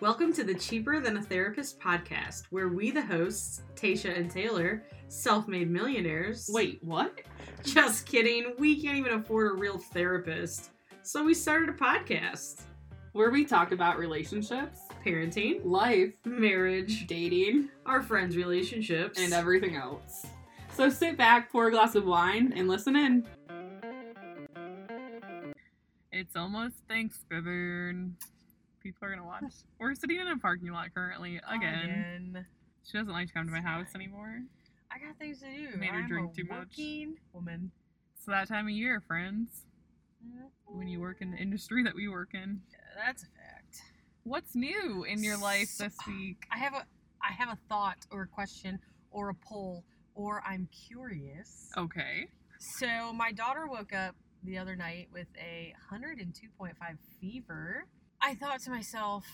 Welcome to the Cheaper Than a Therapist podcast, where we, the hosts, Tasha and Taylor, self made millionaires. Wait, what? Just kidding. We can't even afford a real therapist. So we started a podcast Where we talk about relationships, parenting, life, marriage, dating, our friends' relationships, and everything else. So sit back, pour a glass of wine, and listen in. It's almost Thanksgiving. People are gonna watch. We're sitting in a parking lot currently again. Again. She doesn't like to come to my It's house fine. anymore. I got things to do. Made her I'm drink a too much. working Woman. It's that time of year, friends. When you work in the industry that we work in. Yeah, that's a fact. What's new in your life So- this week? I have a I have a thought or a question or a poll or I'm curious. Okay. So my daughter woke up the other night with a 102.5 fever. I thought to myself,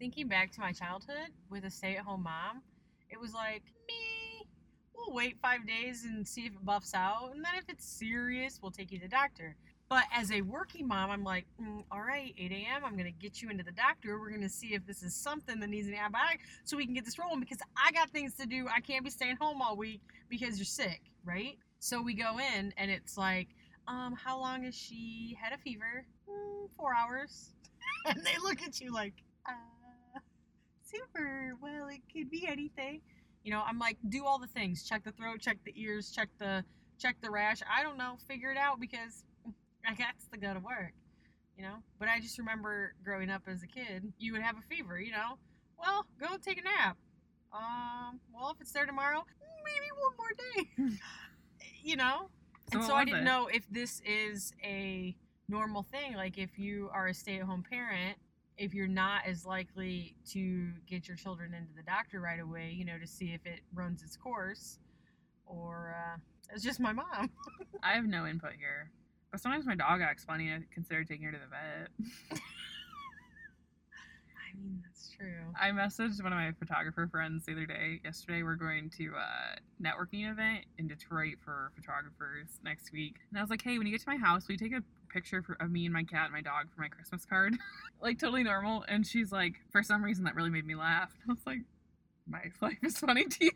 thinking back to my childhood with a stay-at-home mom, it was like me. We'll wait five days and see if it buffs out, and then if it's serious, we'll take you to the doctor. But as a working mom, I'm like, "Mm, all right, 8 a.m. I'm gonna get you into the doctor. We're gonna see if this is something that needs an antibiotic, so we can get this rolling because I got things to do. I can't be staying home all week because you're sick, right? So we go in and it's like, um, how long has she had a fever? Mm, four hours. and they look at you like, uh, super. Well, it could be anything. You know, I'm like, do all the things. Check the throat, check the ears, check the check the rash. I don't know, figure it out because I got to go to work. You know? But I just remember growing up as a kid, you would have a fever, you know? Well, go take a nap. Um, well, if it's there tomorrow, maybe one more day. you know? So and what so I was didn't it? know if this is a normal thing. Like, if you are a stay at home parent, if you're not as likely to get your children into the doctor right away, you know, to see if it runs its course, or uh, it's just my mom. I have no input here. But sometimes my dog acts funny and I consider taking her to the vet. I mean, that's true. I messaged one of my photographer friends the other day. Yesterday, we're going to a networking event in Detroit for photographers next week. And I was like, hey, when you get to my house, will you take a picture for, of me and my cat and my dog for my Christmas card? like, totally normal. And she's like, for some reason, that really made me laugh. And I was like, my life is funny to you.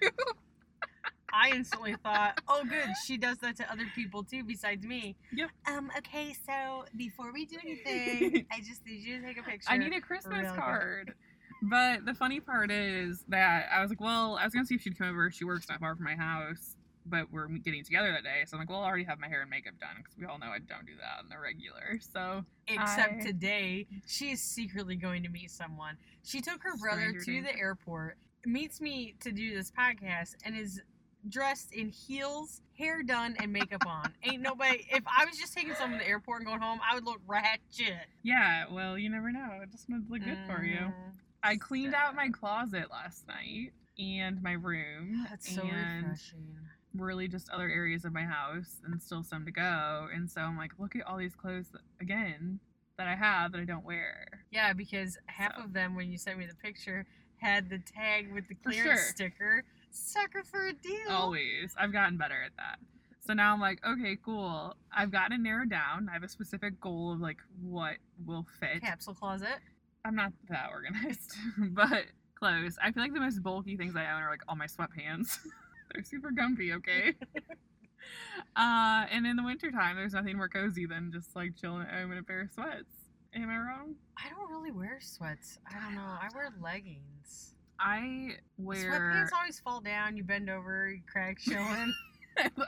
I instantly thought, oh, good, she does that to other people too, besides me. Yep. Um. Okay, so before we do anything, I just need you to take a picture. I need a Christmas Really good. card. But the funny part is that I was like, well, I was gonna see if she'd come over. She works not far from my house, but we're getting together that day, so I'm like, well, I already have my hair and makeup done because we all know I don't do that on the regular. So Except I- today, she is secretly going to meet someone. She took her brother Stranger to danger. the airport, meets me to do this podcast, and is dressed in heels, hair done, and makeup on. Ain't nobody. If I was just taking someone to the airport and going home, I would look ratchet. yeah, well, you never know. It just might look good for you. Mhm. I cleaned out my closet last night and my room. That's so and refreshing. really just other areas of my house and still some to go. And so I'm like, look at all these clothes that, again that I have that I don't wear. Yeah, because half So- of them, when you sent me the picture, had the tag with the For clearance sure. sticker. Sucker for a deal. Always. I've gotten better at that. So now I'm like, okay, cool. I've gotten it narrowed down. I have a specific goal of like what will fit. Capsule closet. I'm not that organized, but close. I feel like the most bulky things I own are like all my sweatpants. They're super comfy, okay? uh, and in the wintertime, there's nothing more cozy than just like chilling at home in a pair of sweats. Am I wrong? I don't really wear sweats. I don't know. I wear leggings. I wear. Sweatpants always fall down. You bend over, you crack showing.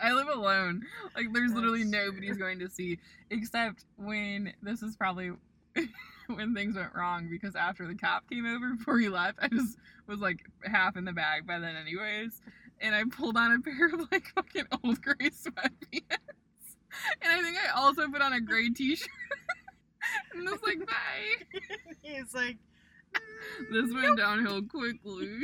I live alone. Like there's literally That's nobody's going to see except when this is probably when things went wrong because after the cop came over before he left, I just was like half in the bag by then anyways. And I pulled on a pair of like fucking old gray sweatpants. And I think I also put on a gray t-shirt. and was like, bye. it's like, This went downhill quickly.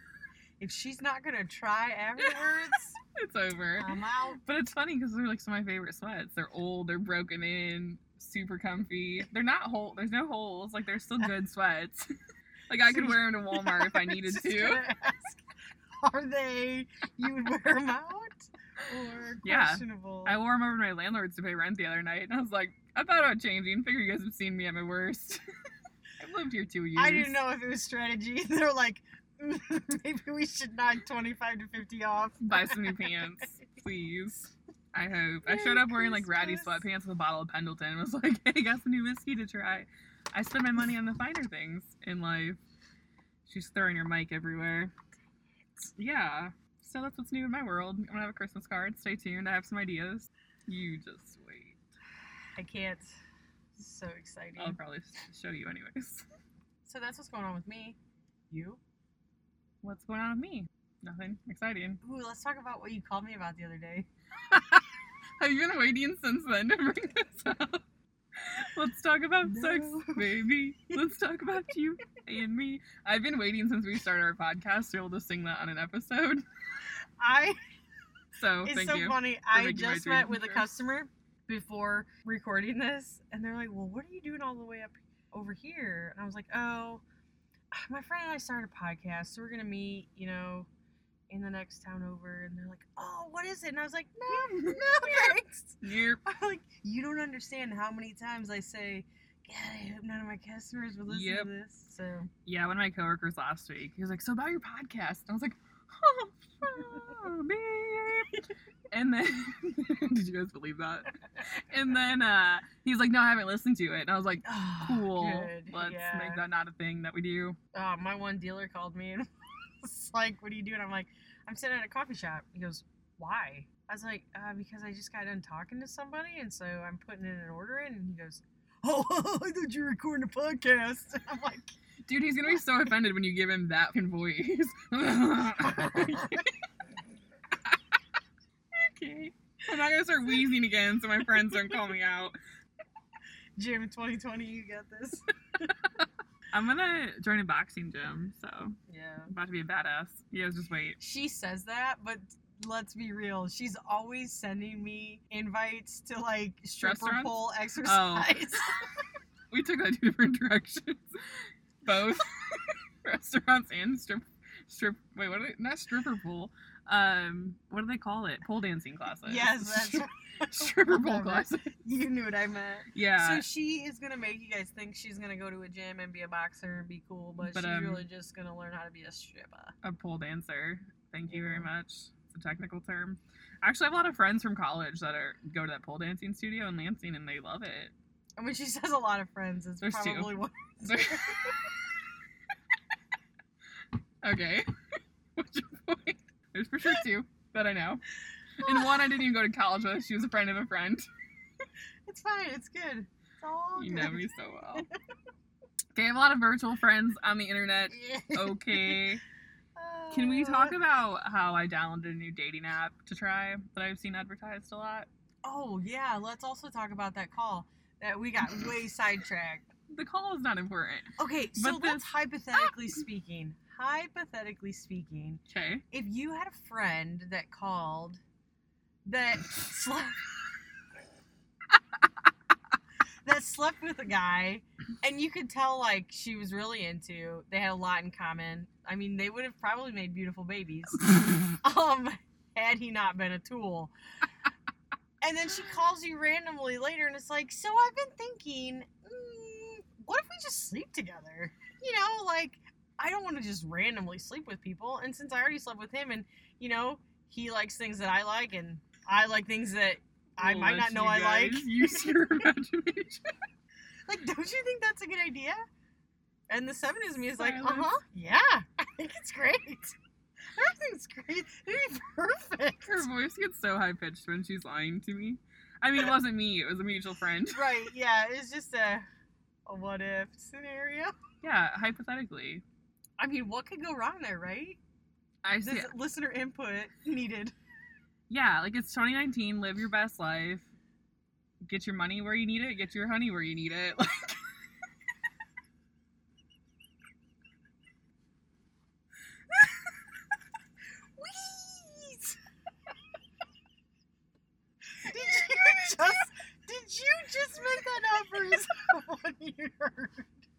if she's not gonna try afterwards, It's over. I'm out. But it's funny because they're like some of my favorite sweats. They're old, they're broken in, super comfy. They're not hole. There's no holes. Like they're still good sweats. like I could wear them to Walmart if I needed Just to. gonna ask, Are they? You would wear them out? Or Yeah. questionable? I wore them over to my landlord's to pay rent the other night, and I was like, I thought about changing. Figure you guys have seen me at my worst. I I've lived here two years. I didn't know if it was strategy. They're like, maybe we should knock 25 to 50 off. Buy some new pants, please. I hope. I showed Merry up wearing like ratty Christmas. sweatpants with a bottle of Pendleton. and Was like, hey, got some new whiskey to try. I spend my money on the finer things in life. She's throwing her mic everywhere. Yeah. So that's what's new in my world. I'm gonna have a Christmas card. Stay tuned. I have some ideas. You just wait. I can't. So exciting. I'll probably s- show you anyways. so that's what's going on with me. You? What's going on with me? Nothing exciting. Ooh, let's talk about what you called me about the other day. Have you been waiting since then to bring this up? Let's talk about sex, No. baby. Let's talk about you and me. I've been waiting since we started our podcast to be able to sing that on an episode. I So it's Oh, thank so you. funny. making I my just dream met with a true. customer before recording this, and they're like, "Well, what are you doing all the way up over here?" And I was like, "Oh, my friend and I started a podcast, so we're gonna meet, you know, in the next town over." And they're like, "Oh, what is it?" And I was like, "No, no, thanks." You're I'm like, "You don't understand how many times I say." God, I hope none of my customers will listen Yep. to this. So Yeah, one of my coworkers last week, he was like, "So about your podcast," and I was like, "Oh, fuck, babe." and then did you guys believe that? And then uh, he was like, "No, I haven't listened to it," and I was like, oh, "Cool, good, let's yeah. make that not a thing that we do." uh, my one dealer called me and was like, "What are you doing?" I'm like, "I'm sitting at a coffee shop." He goes, "Why?" I was like, uh, "Because I just got done talking to somebody, and so I'm putting in an order." in." And he goes, "Oh, I thought you were recording a podcast." I'm like, Dude, he's gonna be so offended when you give him that fucking voice. okay, I'm not gonna start wheezing again, so my friends don't call me out. "Jim, in 2020, you got this." I'm gonna join a boxing gym, so I'm yeah. about to be a badass. You guys just wait. She says that, but let's be real. She's always sending me invites to like stripper Restaurants? pole exercise. We took that two different directions. Both restaurants and strip strip wait, what are they not stripper pool. Um what do they call it? Pole dancing classes. yes, that's stripper pole whatever. classes. you knew what I meant. Yeah. So she is gonna make you guys think she's gonna go to a gym and be a boxer and be cool, but, she's But, um, really just gonna learn how to be a stripper. a pole dancer. Thank you very Yeah. much. It's a technical term. I actually have a lot of friends from college that are go to that pole dancing studio in Lansing and they love it. And when she says a lot of friends, it's There's two. probably one. So- okay. What's your point? There's for sure two that I know. And one I didn't even go to college with. She was a friend of a friend. It's fine. It's good. It's all You good. know me so well. Okay, I have a lot of virtual friends on the internet. Yeah. Uh, Okay. Can we talk about how I downloaded a new dating app to try that I've seen advertised a lot? Oh yeah, let's also talk about that call that we got way sidetracked. The call is not important. Okay, so But let's this- hypothetically speaking. Hypothetically speaking, Okay. if you had a friend that called that slept that slept with a guy and you could tell like she was really into they had a lot in common i mean they would have probably made beautiful babies um had he not been a tool and then she calls you randomly later and it's like so i've been thinking mm, what if we just sleep together you know like i don't want to just randomly sleep with people and since i already slept with him and you know he likes things that i like and i like things that i We'll might let not know you i like guys Use your imagination. like don't you think that's a good idea and the seven is me is like Silence. uh-huh yeah i think it's great everything's great it'd be perfect Her voice gets so high pitched when she's lying to me. I mean, it wasn't me. It was a mutual friend. Right, yeah, it's just a, a what if scenario. Yeah, hypothetically, I mean, what could go wrong there, right? I This see. listener input needed. Yeah, like it's 2019. Live your best life. Get your money where you need it. Get your honey where you need it. Like, Wheeze! did you just did you just make that up or is that what you heard?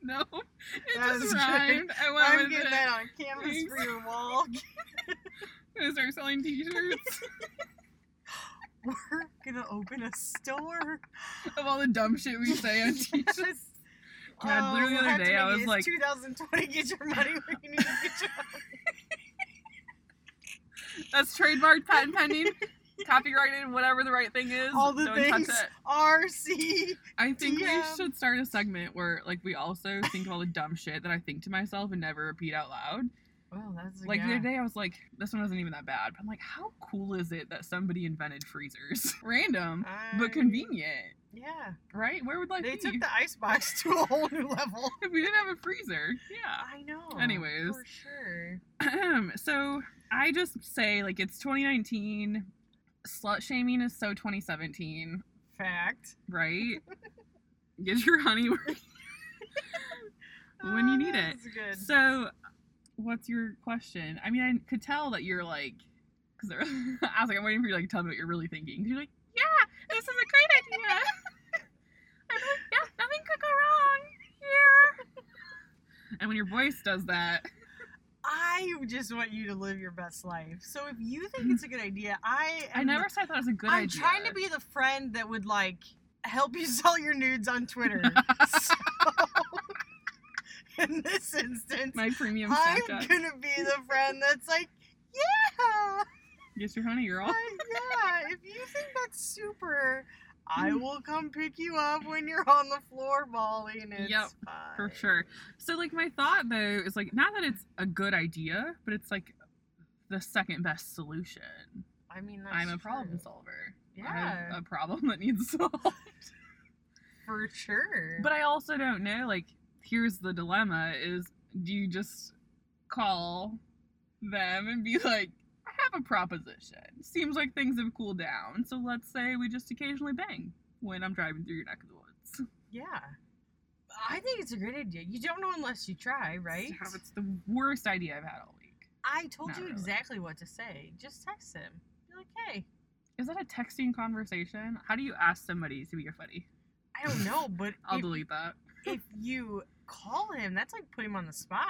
no, it That was just good. rhymed. I went I'm with getting it. that on a canvas for Thanks. your wall. I'm gonna start selling T-shirts We're gonna open a store. of all the dumb shit we say on T-shirts. Yes. God, Oh, literally we'll the other have to day, I make it. was It's like- 2020, get your money where you need to get your That's trademark, patent pending, copyrighted, whatever the right thing is. all the Don't things. touch it. RC. I DM. think we should start a segment where like we also think of all the dumb shit that I think to myself and never repeat out loud. Well, that's Like the other day I was like, this one wasn't even that bad, but I'm like, how cool is it that somebody invented freezers? Random, but convenient. Yeah, Right? Where would life Um, they be took the icebox to a whole new level. if we didn't have a freezer? Yeah. I know. Anyways. for sure. so I just say like it's 2019. Slut shaming is so 2017. Fact. right? Get your honey. where- When you need it. Ah, That's good. so, what's your question? I mean, I could tell that you're like, because I was like, I'm waiting for you to like tell me what you're really thinking. 'Cause You're like, yeah, this is a great idea. I'm like, yeah, nothing could go wrong here. And when your voice does that, I just want you to live your best life. So if you think it's a good idea, I I am- never said I thought it was a good I'm idea. trying to be the friend that would like help you sell your nudes on Twitter. so, in this instance, my premium I'm Snapchat. gonna be the friend that's like, yeah. Get your honey, girl. Uh, yeah, if you think that's super, Mm-hmm. I will come pick you up when you're on the floor bawling. It's Yep, fine. For sure. So like my thought though is like not that it's a good idea, but it's like the second best solution. I mean, that's I'm a true. problem solver. I Yeah. have a problem that needs solved. for sure. but I also don't know like here's the dilemma is do you just call them and be like I have a proposition. Seems like things have cooled down. So let's say we just occasionally bang when I'm driving through your neck of the woods. yeah, I think it's a great idea. You don't know unless you try, right? Stop, It's the worst idea I've had all week. I told Not you really. exactly what to say. Just text him. Be like, hey, Is that a texting conversation? How do you ask somebody to be your buddy? I don't know, but I'll if, delete that. if you call him, that's like putting him on the spot.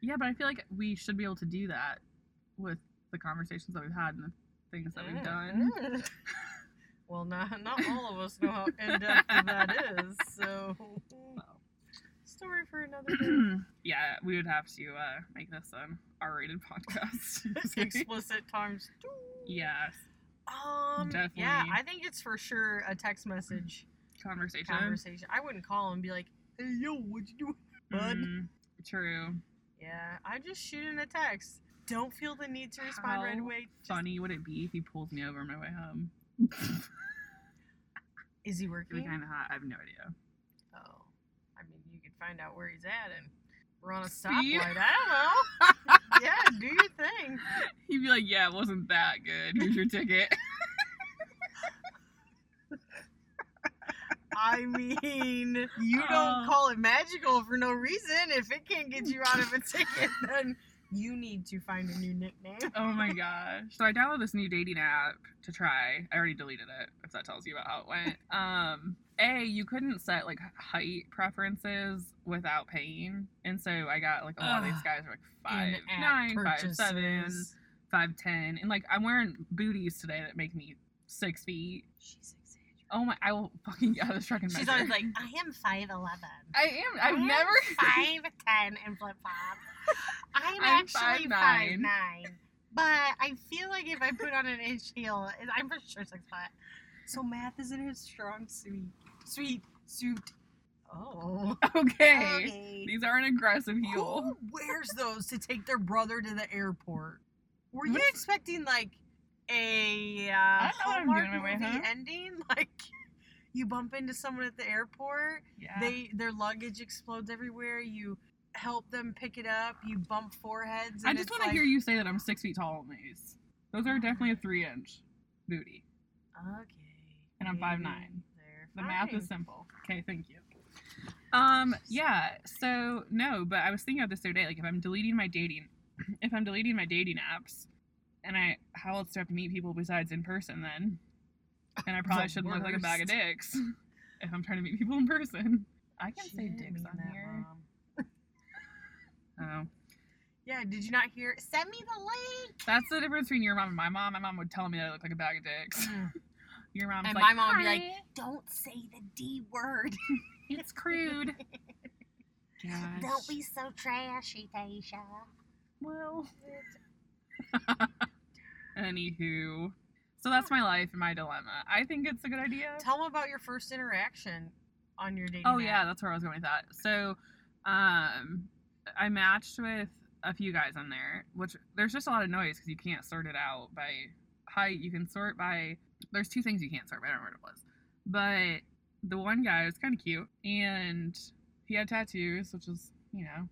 Yeah, but I feel like we should be able to do that with the conversations that we've had and the things that we've Mm, done. mm. well, not not all of us know how in depth that is. So, story for another day. Mm-hmm. yeah, we would have to uh, make this an R-rated podcast. Just kidding. Explicit times two. yes, Um. Yeah, Definitely. I think it's for sure a text message conversation. conversation. I wouldn't call and be like, "Hey, yo, what you doing?" bud. Mm, true. Yeah, I just shoot in a text. Don't feel the need to respond right How away. Just, Funny would it be if he pulls me over on my way home? Is he It'd be working? kind of hot. I have no idea. Oh, I mean, you could find out where he's at and we're on a Speed? stoplight. I don't know. yeah, do your thing. He'd be like, "Yeah, it wasn't that good. Here's your ticket." I mean, you don't Uh. call it magical for no reason. If it can't get you out of a ticket, then you need to find a new nickname. Oh my gosh. So I downloaded this new dating app to try. I already deleted it, if that tells you about how it went. Um, A, you couldn't set like height preferences without paying. And so I got like a lot of these Ugh. guys are like five In-app nine, five seven, purchases. five ten. And like I'm wearing booties today that make me six feet. She's exaggerating. Oh my I will fucking get out of this truck and She's measure. always like, I am five eleven. I am I've never five ten in flip flops. I'm, I'm actually 5'9". five nine, but I feel like if I put on an inch heel, I'm for sure six foot. So math isn't her strong suit. Sweet suit. Oh. Okay. These are an aggressive heel. Who wears those to take their brother to the airport? Were you What if- expecting like a uh, know what I'm Hallmark doing on my way movie home. ending? Like you bump into someone at the airport Yeah. they their luggage explodes everywhere. You help them pick it up. You bump foreheads. And I just want to hear you say that I'm six feet tall on these. Those are definitely a three inch booty. Okay. And I'm maybe 5'9". they're The math is fine. simple. Okay, thank you. Um, yeah, so no, but I was thinking of this the other day, like if I'm deleting my dating if I'm deleting my dating apps and I how else do I have to meet people besides in person then? And I probably The shouldn't look like a bag of worst. dicks if I'm trying to meet people in person. I can She say didn't dicks mean on that, here. Mom. Oh. Yeah. Did you not hear? Send me the link. That's the difference between your mom and my mom. My mom would tell me that I look like a bag of dicks. Your mom's And Mm. like, my mom would be like, "Hi." Don't say the D word. It's crude. gosh. Don't be so trashy, Tasha. Well. Anywho. So that's my life and my dilemma. I think it's a good idea. Tell them about your first interaction on your dating. Oh app. yeah, that's where I was going with that. So, um, I matched with a few guys on there, which there's just a lot of noise because you can't sort it out by height. You can sort by there's two things you can't sort. By. I don't remember what it was, but the one guy was kind of cute and he had tattoos, which was you know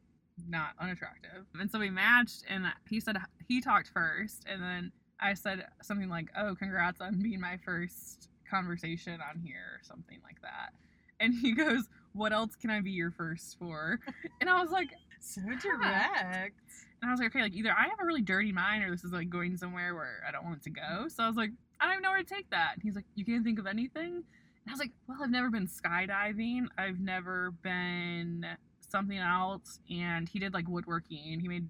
not unattractive. And so we matched, and he said he talked first, and then I said something like, "Oh, congrats on being my first conversation on here," or something like that and he goes, "What else can I be your first for?" And I was like, So direct. and I was like, okay, like either I have a really dirty mind or this is like going somewhere where I don't want it to go. So I was like, I don't even know where to take that. And he's like, you can't think of anything? And I was like, well, I've never been skydiving. I've never been something else. And he did like woodworking. He made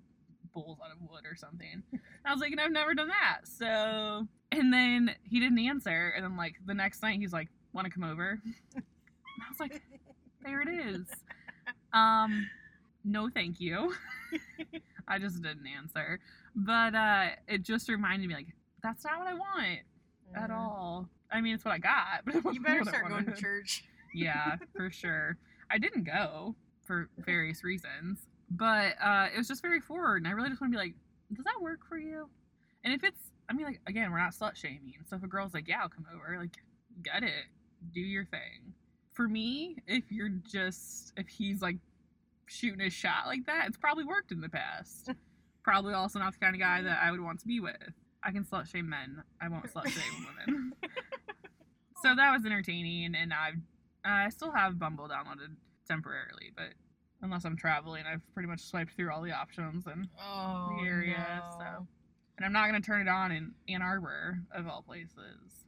bowls out of wood or something. And I was like, and I've never done that. So, and then he didn't answer. And then like the next night, he's like, want to come over? And I was like, there it is. Um, no, thank you. I just didn't answer. But uh, it just reminded me, like, that's not what I want at Uh, all. I mean, it's what I got. But it You wasn't better what I start going to wanted. church. yeah, for sure. I didn't go for various reasons, but uh, it was just very forward, and I really just want to be like, does that work for you? And if it's, I mean, like again, we're not slut shaming. So if a girl's like, yeah, I'll come over, like, get it, do your thing. For me, if you're just, if he's like shooting his shot like that, it's probably worked in the past. probably also not the kind of guy that I would want to be with. I can slut shame men. I won't slut shame women. so that was entertaining, and I've I still have Bumble downloaded temporarily, but unless I'm traveling, I've pretty much swiped through all the options, and Oh, The area, so. and I'm not gonna turn it on in Ann Arbor of all places.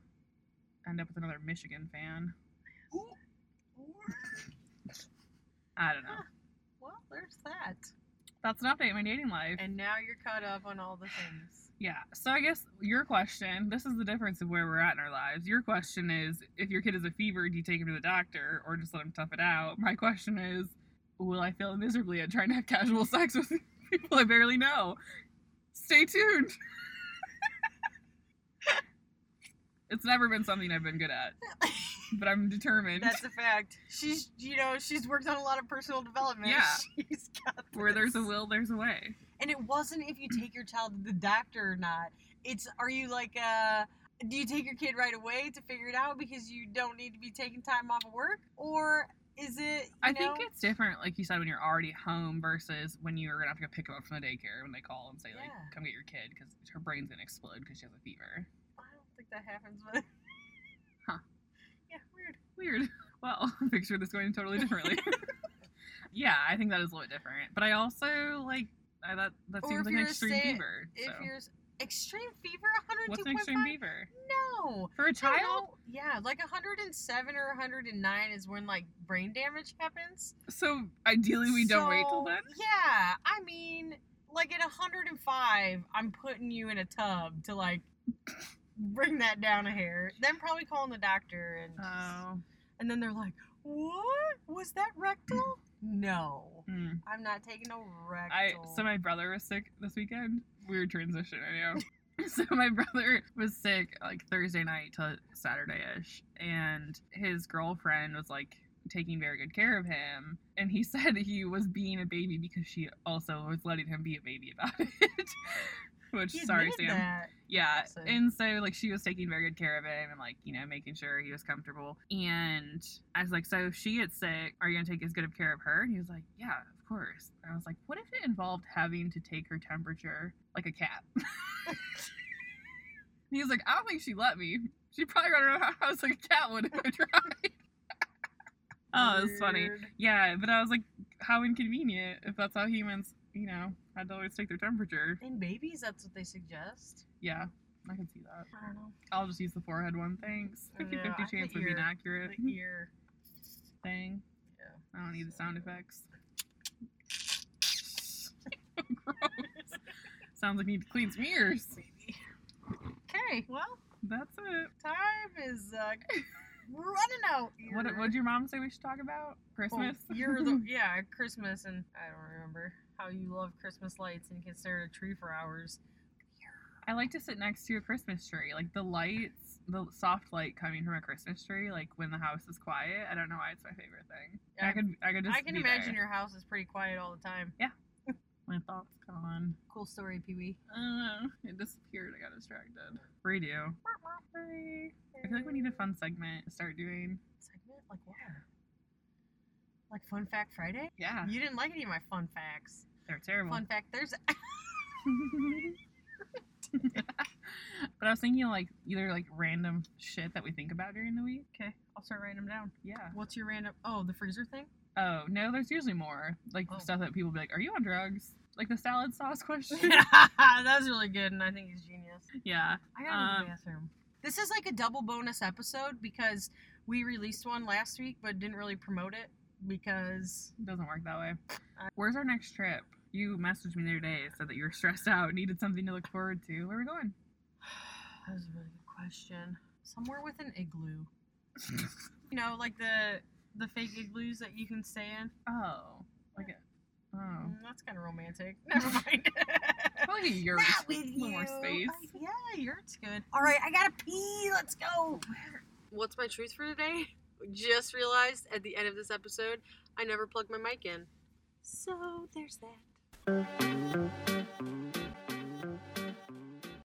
End up with another Michigan fan. I don't know. Well, there's that. That's an update on my dating life. And now you're caught up on all the things. Yeah. So I guess your question, this is the difference of where we're at in our lives. Your question is if your kid is a fever, do you take him to the doctor or just let him tough it out? My question is, will I fail miserably at trying to have casual sex with people I barely know? Stay tuned. it's never been something I've been good at, but I'm determined. That's a fact. She's, you know, she's worked on a lot of personal development. Yeah. She's got where there's a this. will, there's a way. And it wasn't if you take your child to the doctor or not. It's are you like uh do you take your kid right away to figure it out because you don't need to be taking time off of work? Or is it you I know, think it's different, like you said, when you're already home versus when you're gonna have to go pick them up from the daycare when they call and say like, Yeah. "Come get your kid," because her brain's gonna explode because she has a fever. I don't think that happens but Huh. Yeah, weird. Weird. Well, picture this going totally differently. yeah, I think that is a little bit different, but I also like I, that. That Or seems if like an you're a extreme stay- fever. If So. you're s- extreme fever, What's an extreme 102.5? fever No. for a I child? don't- Yeah, like 107 or 109 is when like brain damage happens. So ideally, we don't wait till So, then. Yeah, I mean, like at 105, I'm putting you in a tub to like bring that down a hair. Then probably calling the doctor and just- Oh, and then they're like, "What was that rectal?" no, mm. I'm not taking no I rectal. so my brother was sick this weekend. Weird transition, I know. so my brother was sick like Thursday night to Saturday ish, and his girlfriend was like taking very good care of him. And he said he was being a baby because she also was letting him be a baby about it. Which He sorry, admitted Sam. that. Yeah. So- And so like she was taking very good care of him and like, you know, making sure he was comfortable. And I was like, So if she gets sick, are you gonna take as good of care of her? And he was like, Yeah, of course. And I was like, What if it involved having to take her temperature like a cat? and he was like, I don't think she let me. She probably ran around her house like a cat would if I tried. oh, it's funny. Weird. Yeah, but I was like, how inconvenient if that's how humans, you know, had to always take their temperature. In babies, that's what they suggest. Yeah, I can see that. I don't know. I'll just use the forehead one. Thanks. I know, 50 I 50 think chance would be an you're- accurate The ear. thing. Yeah. I don't need the sound effects. Gross. Sounds like you need to clean some ears. Okay, well, That's it. time is uh, Running out. What here. what did your mom say we should talk about? Christmas. Oh, you're the yeah Christmas, and I don't remember how you love Christmas lights and can stare at a tree for hours. I like to sit next to a Christmas tree. Like the lights, the soft light coming from a Christmas tree, like when the house is quiet. I don't know why it's my favorite thing. I, I- could I could just I can be imagine there. your house is pretty quiet all the time. my thoughts gone. Cool story, Pee Wee. Uh, it disappeared. I got distracted. Redo. Bye. I feel like we need a fun segment to start doing. segment like what? Like Fun Fact Friday? Yeah, You didn't like any of my fun facts. they're terrible. Fun fact Thursday. but I was thinking like either like random shit that we think about during the week. Okay, I'll start writing them down. Yeah. What's your random? Oh, the freezer thing. Oh no, there's usually more like Oh. stuff that people be like, "Are you on drugs?" Like the salad sauce question. that was really good, and I think he's genius. yeah. I gotta go to Um, the bathroom. This is like a double bonus episode because we released one last week but didn't really promote it because It doesn't work that way. Uh, Where's our next trip? You messaged me the other day, said that you were stressed out, needed something to look forward to. Where are we going? that was a really good question. Somewhere with an igloo. you know, like the the fake igloos that you can stay in. Oh, like a oh, Mm, that's kind of romantic. Never mind. probably a yurt. Not with A you. little more space. I- yeah, yurt's good. All right, I gotta pee. Let's go. What's my truth for today? Just realized at the end of this episode, I never plugged my mic in. So there's that.